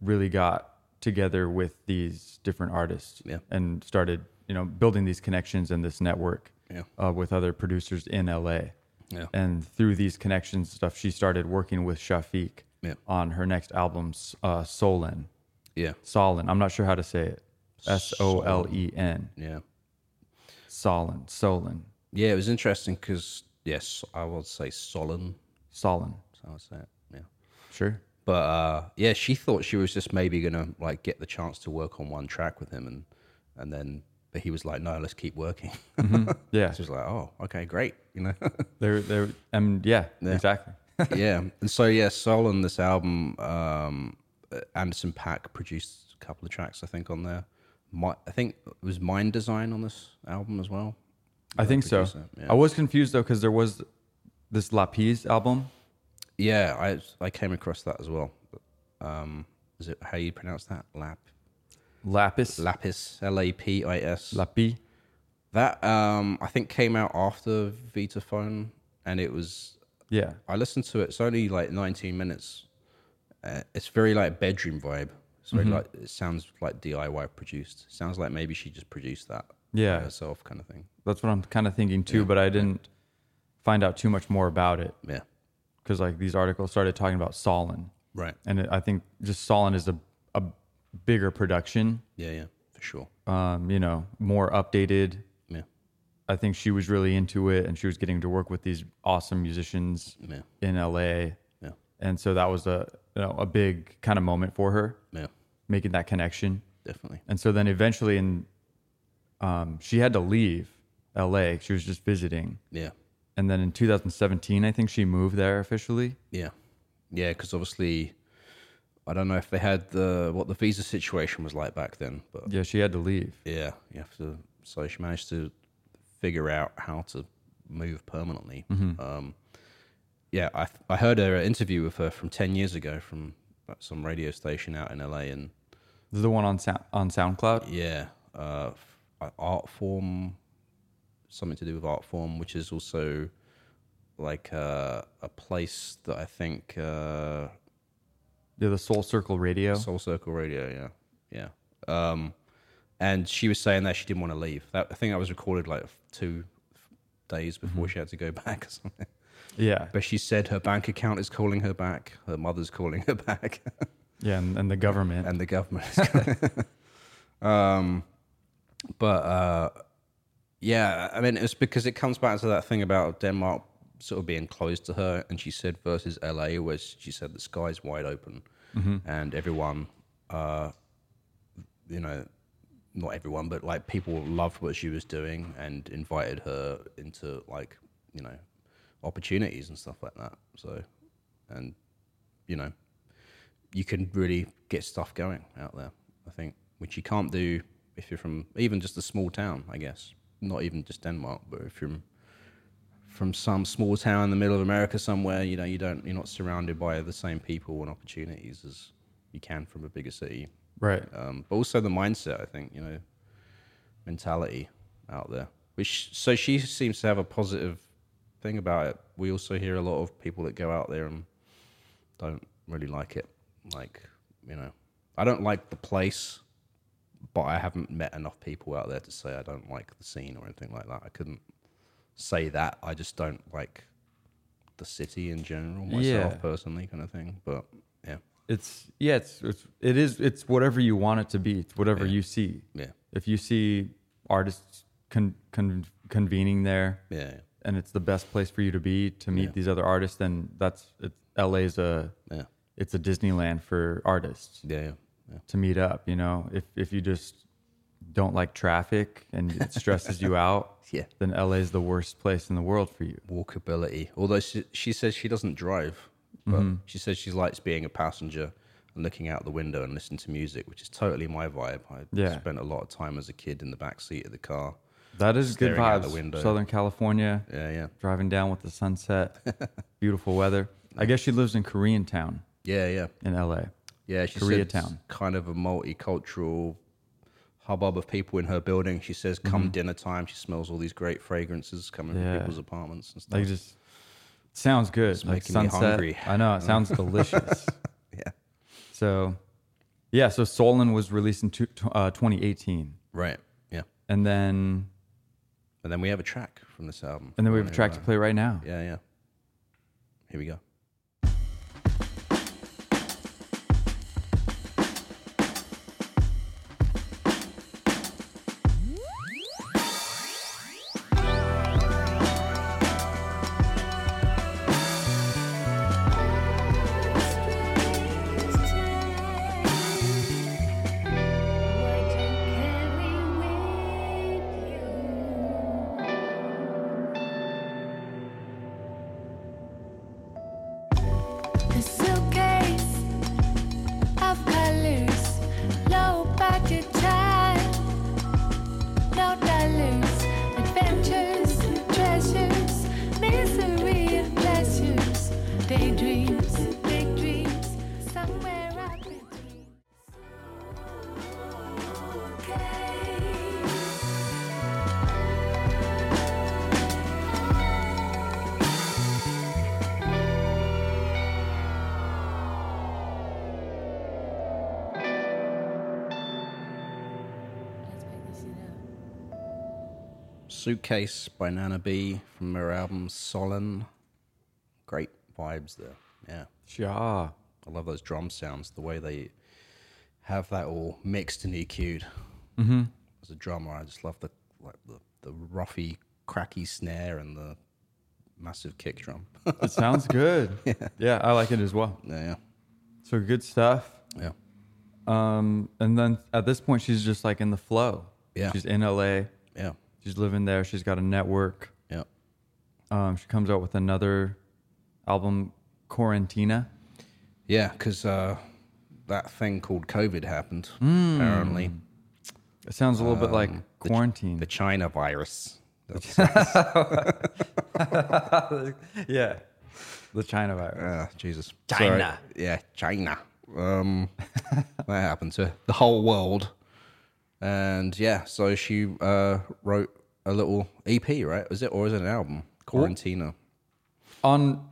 A: really got together with these different artists
B: Yeah.
A: and started, you know, building these connections and this network
B: Yeah.
A: uh, with other producers in LA.
B: Yeah.
A: And through these connections and stuff, she started working with Shafiq
B: Yeah.
A: on her next album, S- uh, Solon.
B: Yeah.
A: Solon. I'm not sure how to say it. S O L E N.
B: Yeah.
A: Solon. Solon.
B: Yeah, it was interesting because yes, I would say solemn.
A: Solon.
B: So I would say it. Yeah.
A: Sure.
B: But uh, yeah, she thought she was just maybe gonna like get the chance to work on one track with him, and and then but he was like, no, let's keep working.
A: Yeah.
B: she was like, oh, okay, great, you know.
A: They're, they're, um, yeah, exactly.
B: yeah, and so yeah, Soul on this album, um, Anderson Pack produced a couple of tracks, I think, on there. My, I think it was Mind Design on this album as well.
A: I think so.
B: producer, yeah.
A: I was confused though because there was this Lapis album.
B: Yeah, I I came across that as well. Um, is it how you pronounce that? Lap
A: Lapis.
B: lapis L A P I S.
A: Lapi.
B: That um, I think came out after Vitaphone, and it was
A: Yeah.
B: I listened to it. It's only like 19 minutes. Uh, it's very like bedroom vibe. So like it sounds like DIY produced. Sounds like maybe she just produced that
A: Yeah.
B: by herself, kind of thing.
A: That's what I'm kind of thinking too, but I didn't find out too much more about it
B: Yeah,
A: because like these articles started talking about Solon.
B: right.
A: And it, I think just Solon is a, a bigger production,
B: Yeah, yeah, for sure.
A: um, you know, more updated,
B: Yeah,
A: I think she was really into it and she was getting to work with these awesome musicians
B: Yeah.
A: in LA.
B: Yeah.
A: And so that was a you know, a big kind of moment for her
B: yeah,
A: making that connection.
B: definitely.
A: And so then eventually in um, she had to leave LA. She was just visiting.
B: Yeah.
A: And then in 2017, I think she moved there officially.
B: Yeah, yeah, because obviously, I don't know if they had the what the visa situation was like back then, but
A: Yeah, she had to leave.
B: yeah, you have to. So she managed to figure out how to move permanently. Um, yeah, I I heard her an interview with her from ten years ago from like, some radio station out in LA, and
A: This is the one on Sound- on SoundCloud.
B: yeah, uh, f- art form, something to do with art form, which is also like uh, a place that I think. Uh,
A: Yeah, the Soul Circle Radio.
B: Soul Circle Radio, yeah, yeah. Um, and she was saying that she didn't want to leave. That I think that was recorded like two days before she had to go back or something.
A: yeah,
B: But she said her bank account is calling her back, her mother's calling her back,
A: yeah, and, and the government.
B: and the government. Is calling um, but uh, yeah, I mean, it's because it comes back to that thing about Denmark sort of being closed to her, and she said versus LA, where she said the sky's wide open, and everyone, uh, you know, not everyone, but like people loved what she was doing and invited her into like you know opportunities and stuff like that. So, and you know, you can really get stuff going out there. I think, which you can't do if you're from even just a small town. I guess not even just Denmark, but if you're from some small town in the middle of America somewhere, you know, you don't you're not surrounded by the same people and opportunities as you can from a bigger city.
A: right.
B: Um, but also the mindset, I think, you know, mentality out there. Which so she seems to have a positive thing about it. We also hear a lot of people that go out there and don't really like it. Like, you know, I don't like the place, but I haven't met enough people out there to say I don't like the scene or anything like that. I couldn't say that. I just don't like the city in general myself
A: Yeah.
B: personally, kind of thing. But yeah,
A: It's yeah. It's, it's it is it's whatever you want it to be. It's whatever you see.
B: yeah,
A: If you see artists con, con, convening there,
B: yeah,
A: and it's the best place for you to be to meet these other artists, then that's it's, LA's a
B: yeah,
A: it's a Disneyland for artists.
B: yeah, yeah. yeah.
A: to meet up. You know, if if you just don't like traffic and it stresses you out,
B: Yeah.
A: then LA is the worst place in the world for you.
B: walkability. Although she, she says she doesn't drive, but
A: Mm-hmm.
B: she says she likes being a passenger and looking out the window and listening to music, which is totally my vibe. I
A: Yeah.
B: spent a lot of time as a kid in the back seat of the car.
A: That is good
B: Staring out the
A: vibes.
B: window.
A: Southern California,
B: Yeah, yeah,
A: driving down with the sunset, beautiful weather. I guess she lives in Koreantown
B: yeah, yeah,
A: in LA.
B: yeah. She said it's
A: Koreatown.
B: kind of a multicultural hubbub of people in her building. She says, "Come dinner time," she smells all these great fragrances coming
A: Mm-hmm. Yeah.
B: from people's apartments and stuff.
A: Like just sounds good. like
B: making me
A: sunset.
B: hungry.
A: I know it sounds delicious.
B: yeah,
A: So, yeah. So Solon was released in two, uh, 2018,
B: right, yeah.
A: and then
B: And then we have a track from this album.
A: and then we have a track to play right now.
B: Yeah, yeah. Here we go.
D: The suitcase of colors, low budget time, no dollars, adventures, treasures, misery and pleasures, daydreams, big dreams, somewhere up in dreams. Let's make this shit up.
B: Suitcase by Nana B from her album Solemn. Great vibes there. Yeah.
A: Yeah.
B: I love those drum sounds, the way they have that all mixed and EQ'd. As a drummer, I just love the like the, the roughy, cracky snare and the massive kick drum. yeah,
A: It sounds good. yeah. I like it as well.
B: yeah.
A: So good stuff.
B: Yeah.
A: Um, and then at this point, she's just like in the flow.
B: Yeah.
A: She's in LA.
B: Yeah.
A: She's living there. She's got a network.
B: Yeah.
A: Um, she comes out with another album, Quarantina.
B: Yeah, because uh, that thing called COVID happened, apparently.
A: It sounds a little bit like
B: Um, the-
A: quarantine.
B: The China virus. That's,
A: yeah, the China virus.
B: uh, Jesus.
A: China.
B: Sorry. Yeah, China. Um, that happened to the whole world. And yeah, so she uh, wrote a little EP, right? Was it, or is it an album? Quarantina.
A: On,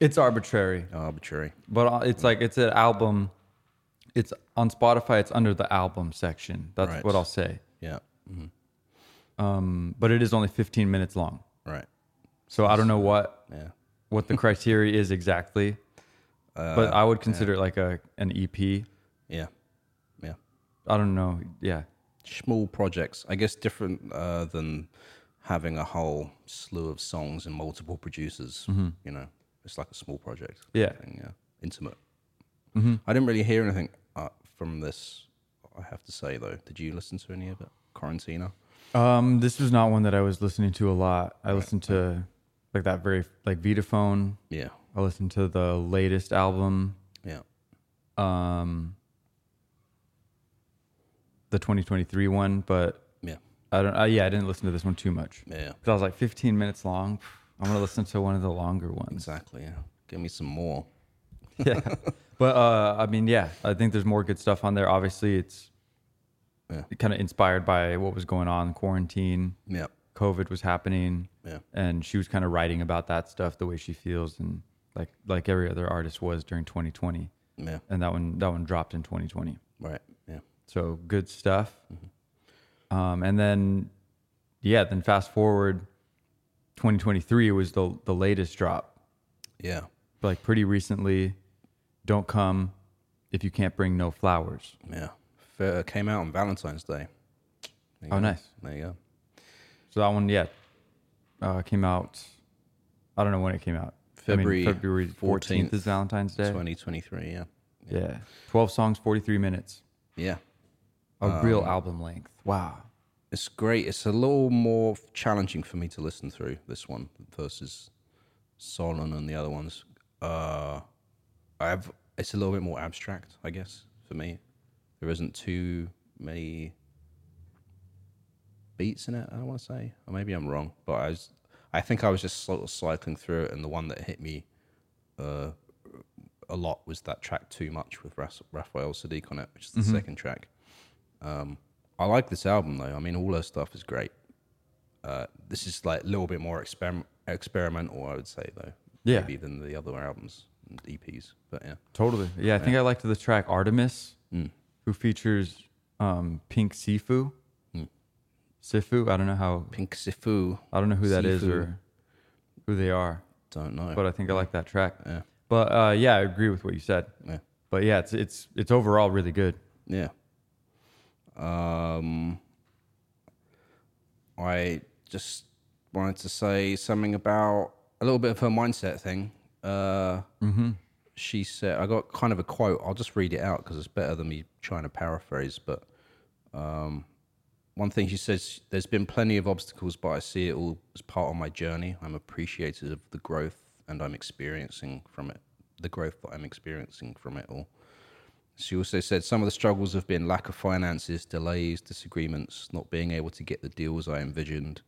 A: it's arbitrary,
B: Arbitrary.
A: but uh, it's like it's an album. It's on Spotify. It's under the album section. That's
B: Right.
A: what I'll say.
B: Yeah.
A: Um, but it is only 15 minutes long,
B: Right.
A: so I don't know what
B: Yeah.
A: what the criteria is exactly. but I would consider it like a an EP.
B: Yeah. Yeah.
A: I don't know. Yeah,
B: small projects i guess different uh, than having a whole slew of songs and multiple producers you know it's like a small project
A: Mm-hmm. Yeah. Mm-hmm.
B: thing, yeah intimate i didn't really hear anything uh, from this i have to say though did you listen to any of it quarantina
A: Um, this was not one that I was listening to a lot. I listened to like that very like Vitaphone.
B: yeah
A: I listened to the latest album,
B: yeah
A: um, the 2023 one, but
B: yeah
A: I don't. Uh, yeah, I didn't listen to this one too much.
B: Yeah.
A: 'Cause I was like 15 minutes long. I'm gonna listen to one of the longer ones.
B: exactly yeah give me some more
A: Yeah, but uh, I mean, yeah, I think there's more good stuff on there. Obviously, it's
B: Yeah.
A: kind of inspired by what was going on, quarantine.
B: yeah
A: COVID was happening,
B: Yeah.
A: and she was kind of writing about that stuff, the way she feels, and like like every other artist was during 2020,
B: yeah
A: and that one that one dropped in 2020.
B: right yeah
A: So good stuff. Um, and then, yeah, then fast forward, 2023 was the the latest drop,
B: yeah
A: like pretty recently. Don't come if you can't bring no flowers.
B: yeah Fair, came out on valentine's day There you
A: Oh,
B: go.
A: nice.
B: there you go
A: So that one, yeah, uh, came out. I don't know when it came out. I mean,
B: February
A: February 14th is
B: 14th,
A: Valentine's Day.
B: 2023 yeah
A: Yeah. 12 songs, 43 minutes.
B: yeah
A: A real album length. Wow.
B: It's great. It's a little more challenging for me to listen through this one versus Solon and the other ones. Uh, I've it's a little bit more abstract, I guess, for me. There isn't too many beats in it. I want to say, or maybe I'm wrong, but I was, I think I was just sort of cycling through it, and the one that hit me uh, a lot was that track "Too Much" with Ras- Raphael Sadiq on it, which is the second track. Um, I like this album though. I mean, all her stuff is great. Uh, this is like a little bit more experim- experimental, I would say though.
A: Yeah.
B: Maybe than the other albums, and EPs. But yeah,
A: Totally. Yeah, I think I liked the track Artemis,
B: Mm.
A: who features um, Pink Sifu.
B: Mm.
A: Sifu, I don't know how
B: Pink Sifu.
A: I don't know who that is
B: Sifu.
A: or who they are,
B: Don't know.
A: but I think I like that track.
B: Yeah.
A: But uh, yeah, I agree with what you said.
B: yeah.
A: But yeah, it's it's it's overall really good.
B: Yeah. Um, I just wanted to say something about a little bit of her mindset thing. Uh, She said, I got kind of a quote. I'll just read it out because it's better than me trying to paraphrase. But um, one thing she says, there's been plenty of obstacles, but I see it all as part of my journey. I'm appreciative of the growth and I'm experiencing from it, the growth that I'm experiencing from it all. She also said some of the struggles have been lack of finances, delays, disagreements, not being able to get the deals I envisioned,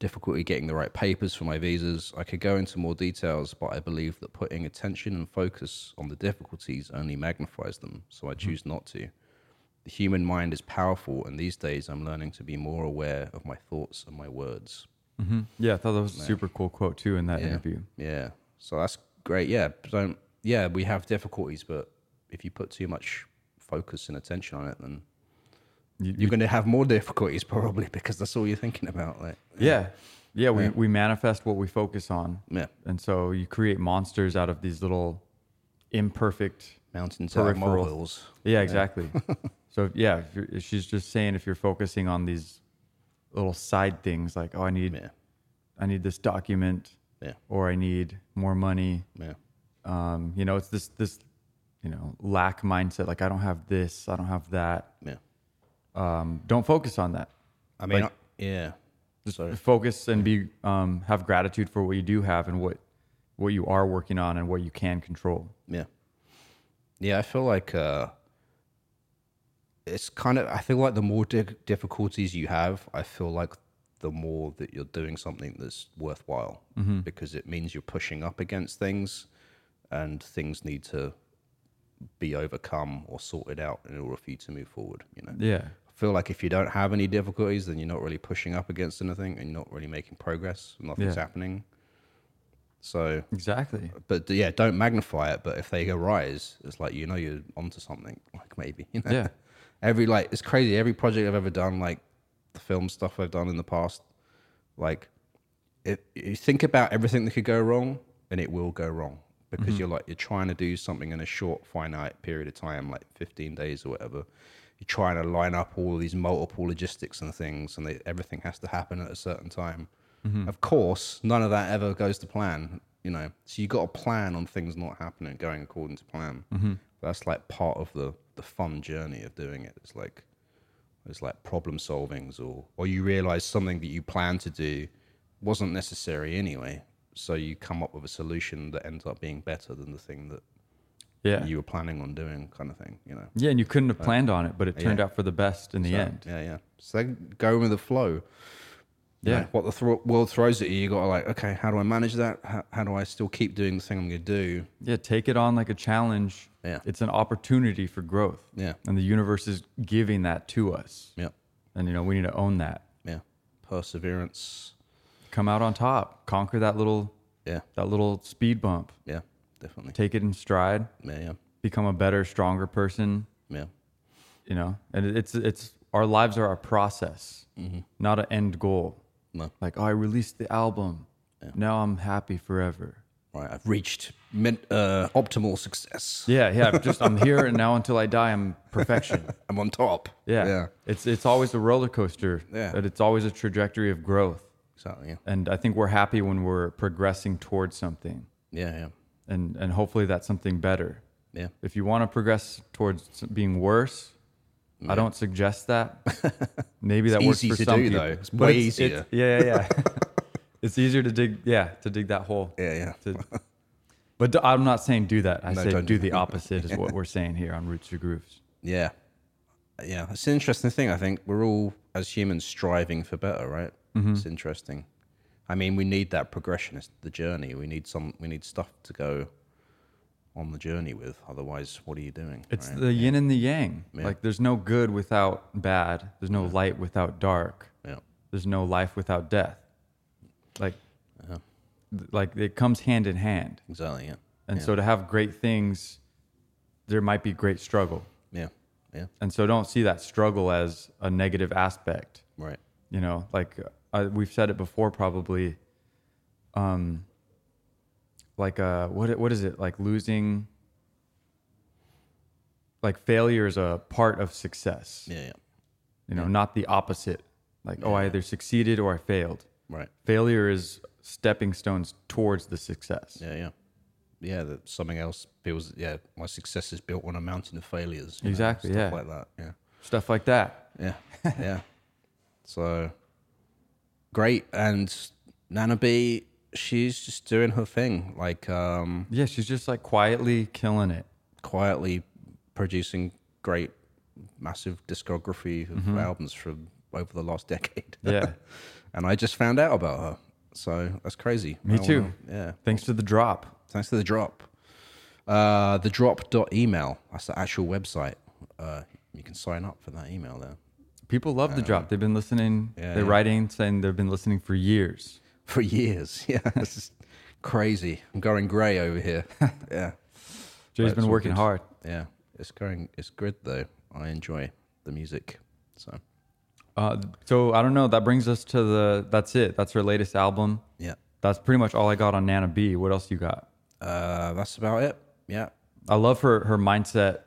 B: difficulty getting the right papers for my visas. I could go into more details, but I believe that putting attention and focus on the difficulties only magnifies them, so I choose not to. The human mind is powerful, and these days I'm learning to be more aware of my thoughts and my words.
A: Yeah, I thought that was a super cool quote too in that interview.
B: Yeah. So that's great. Yeah. Don't, yeah, we have difficulties, but if you put too much focus and attention on it, then
A: You-
B: you're going to have more difficulties probably because that's all you're thinking about. Like,
A: Yeah. Yeah, we, we manifest what we focus on.
B: Yeah.
A: And so you create monsters out of these little imperfect
B: mountains are
A: Peripheral.
B: molehills.
A: Yeah, exactly. so yeah, if you're, she's just saying if you're focusing on these little side things like oh I need
B: Yeah.
A: I need this document
B: Yeah.
A: or I need more money.
B: Yeah.
A: Um, you know, it's this this you know, lack mindset like I don't have this, I don't have that.
B: Yeah.
A: um, don't focus on that.
B: I mean, I- yeah. So
A: Focus and be um, have gratitude for what you do have and what what you are working on and what you can control.
B: yeah, yeah. I feel like uh, it's kind of. I feel like the more di- difficulties you have, I feel like the more that you're doing something that's worthwhile
A: Mm-hmm.
B: because it means you're pushing up against things, and things need to be overcome or sorted out in order for you to move forward. You know.
A: Yeah,
B: I feel like if you don't have any difficulties, then you're not really pushing up against anything and you're not really making progress. Nothing's
A: Yeah.
B: happening. So,
A: exactly.
B: but yeah, don't magnify it. But if they arise, it's like you know you're onto something. Like maybe you know?
A: Yeah.
B: Every like it's crazy. Every project I've ever done, like the film stuff I've done in the past, like if you think about everything that could go wrong, and it will go wrong because you're like you're trying to do something in a short, finite period of time, like 15 days or whatever. You're trying to line up all these multiple logistics and things, and they, everything has to happen at a certain time. Of course, none of that ever goes to plan, you know. So you got to plan on things not happening, going according to plan. That's like part of the the fun journey of doing it. It's like it's like problem solvings or or you realize something that you plan to do wasn't necessary anyway so you come up with a solution that ends up being better than the thing that
A: Yeah,
B: you were planning on doing kind of thing you know
A: yeah, and you couldn't have planned on it, but it turned
B: yeah.
A: out for the best in the
B: So,
A: end.
B: yeah yeah so they go with the flow You
A: Yeah.
B: know, what the thro world throws at you you gotta like okay how do i manage that how, how do i still keep doing the thing i'm gonna do
A: Yeah, take it on like a challenge.
B: Yeah.
A: It's an opportunity for growth.
B: Yeah.
A: And the universe is giving that to us.
B: yeah
A: And, you know, we need to own that.
B: yeah perseverance
A: Come out on top, conquer that little,
B: yeah
A: that little speed bump,
B: yeah definitely
A: take it in stride,
B: yeah yeah
A: become a better, stronger person,
B: yeah
A: you know, and it- it's, it's, our lives are a process, not an end goal.
B: no
A: Like, oh, I released the album. Now I'm happy forever.
B: right i've reached min- uh, optimal success
A: Yeah. Yeah. I'm just, I'm here and now until I die, I'm perfection.
B: I'm on top.
A: Yeah.
B: Yeah.
A: It's it's always a roller coaster.
B: Yeah.
A: But it's always a trajectory of growth.
B: Exactly. Yeah.
A: And I think we're happy when we're progressing towards something.
B: Yeah. Yeah.
A: And and hopefully that's something better.
B: Yeah.
A: If you want to progress towards s- being worse, I don't suggest that. Maybe that works
B: easy
A: for
B: to
A: some
B: do,
A: people.
B: though. It's
A: But
B: way
A: it's- it's- yeah, yeah, yeah. it's easier to dig, yeah, to dig that hole.
B: Yeah, yeah.
A: To- but d- I'm not saying do that. I say do,
B: don't do
A: the opposite is what we're saying here on Roots to Grooves.
B: Yeah. Yeah. It's an interesting thing. I think we're all, as humans, striving for better, right?
A: Mm-hmm.
B: It's interesting. I mean, we need that progression. It's the journey. We need some. We need stuff to go on the journey with. Otherwise, what are you doing?
A: It's
B: right?
A: the yin and the yang. Like there's no good without bad. There's no light without dark.
B: yeah.
A: There's no life without death. Like
B: Uh-huh.
A: th- like it comes hand in hand.
B: Exactly. Yeah.
A: And so to have great things there might be great struggle.
B: Yeah. Yeah.
A: And so don't see that struggle as a negative aspect.
B: Right.
A: You know, like uh, we've said it before probably um like uh what what is it? Like losing like failure is a part of success
B: Yeah. Yeah.
A: you know, not the opposite. Like, oh, I either succeeded or I failed.
B: Right.
A: Failure is stepping stones towards the success.
B: Yeah. Yeah. Yeah. That something else feels. Yeah. My success is built on a mountain of failures. you know,
A: Exactly,
B: stuff
A: yeah.
B: Like that. Yeah.
A: Stuff like that.
B: Yeah, yeah. So great, and Nana B, she's just doing her thing, like um,
A: Yeah, she's just like quietly killing it.
B: quietly producing great, massive discography of albums from over the last decade.
A: Mm-hmm. Yeah.
B: and I just found out about her, so that's crazy.
A: Me
B: I wanna-
A: too.
B: yeah,
A: Thanks to the drop.
B: thanks to the drop. Uh, the drop dot email. That's the actual website. Uh, you can sign up for that email there.
A: People love the drop. They've been listening.
B: Yeah,
A: they're
B: yeah.
A: writing, saying they've been listening for years.
B: for years. Yeah, this is crazy. I'm going grey over here. yeah,
A: Jay's
B: That's
A: been
B: all
A: working
B: good.
A: hard.
B: yeah. It's going. It's good though. I enjoy the music. So
A: Uh, so I don't know. That brings us to the. That's it. That's her latest album.
B: yeah,
A: That's pretty much all I got on Nana B. What else you got?
B: uh, that's about it. Yeah,
A: I love her her mindset,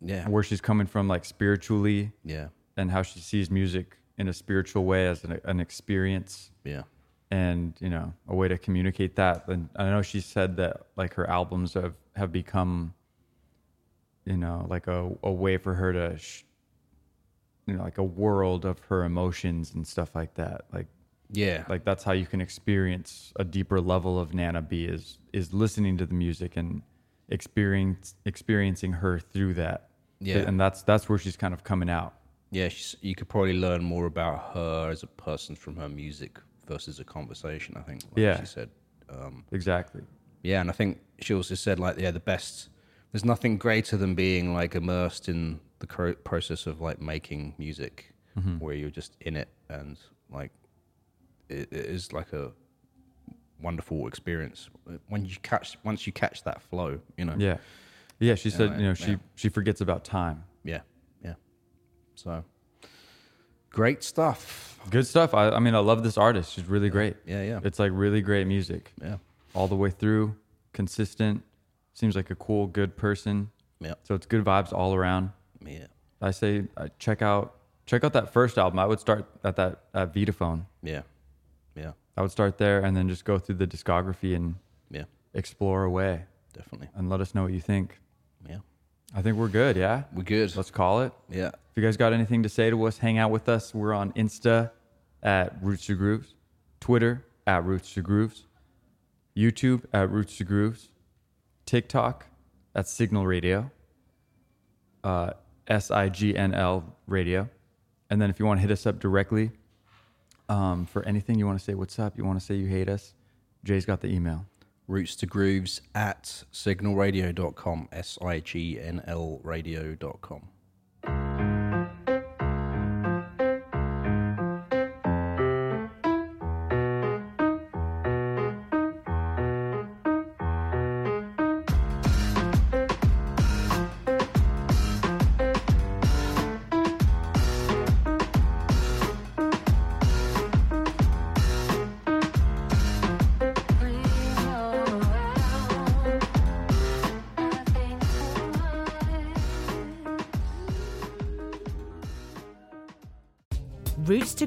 B: yeah,
A: where she's coming from, like spiritually.
B: yeah,
A: and how she sees music in a spiritual way as an, an experience
B: yeah,
A: and you know a way to communicate that and i know she said that like her albums have have become you know like a, a way for her to sh- you know, like a world of her emotions and stuff like that. Like
B: Yeah.
A: like that's how you can experience a deeper level of Nana B is is listening to the music and experience experiencing her through that.
B: Yeah.
A: And that's that's where she's kind of coming out.
B: yeah, she's, you could probably learn more about her as a person from her music versus a conversation. I think. Like
A: Yeah.
B: She said. Um,
A: Exactly.
B: yeah, and I think she also said like, yeah, the best. There's nothing greater than being like immersed in the cro- process of like making music, where you're just in it and like it, it is like a wonderful experience when you catch once you catch that flow, you know.
A: Yeah. Yeah, she said,
B: like,
A: you know, she
B: yeah.
A: she forgets about time.
B: Yeah. Yeah. So great stuff.
A: Good stuff. I, I mean, I love this artist. She's really great.
B: Yeah, yeah.
A: It's like really great music.
B: Yeah.
A: All the way through, consistent. Seems like a cool, good person.
B: Yeah.
A: So it's good vibes all around.
B: Yeah.
A: I say uh, check out check out that first album. I would start at that at Vitaphone.
B: Yeah. Yeah.
A: I would start there and then just go through the discography and
B: Yeah.
A: explore away
B: Definitely.
A: and let us know what you think.
B: Yeah.
A: I think we're good, yeah?
B: We're good.
A: Let's call it.
B: yeah.
A: If you guys got anything to say to us, hang out with us. We're on Insta at Roots to Grooves, Twitter at Roots to Grooves, YouTube at Roots to Grooves, TikTok at Signal Radio, uh, S I G N L Radio. And then if you want to hit us up directly um, for anything, you want to say what's up, you want to say you hate us, Jay's got the email.
B: Roots to grooves at signalradio.com. S I G N L radio.com.
E: Roots to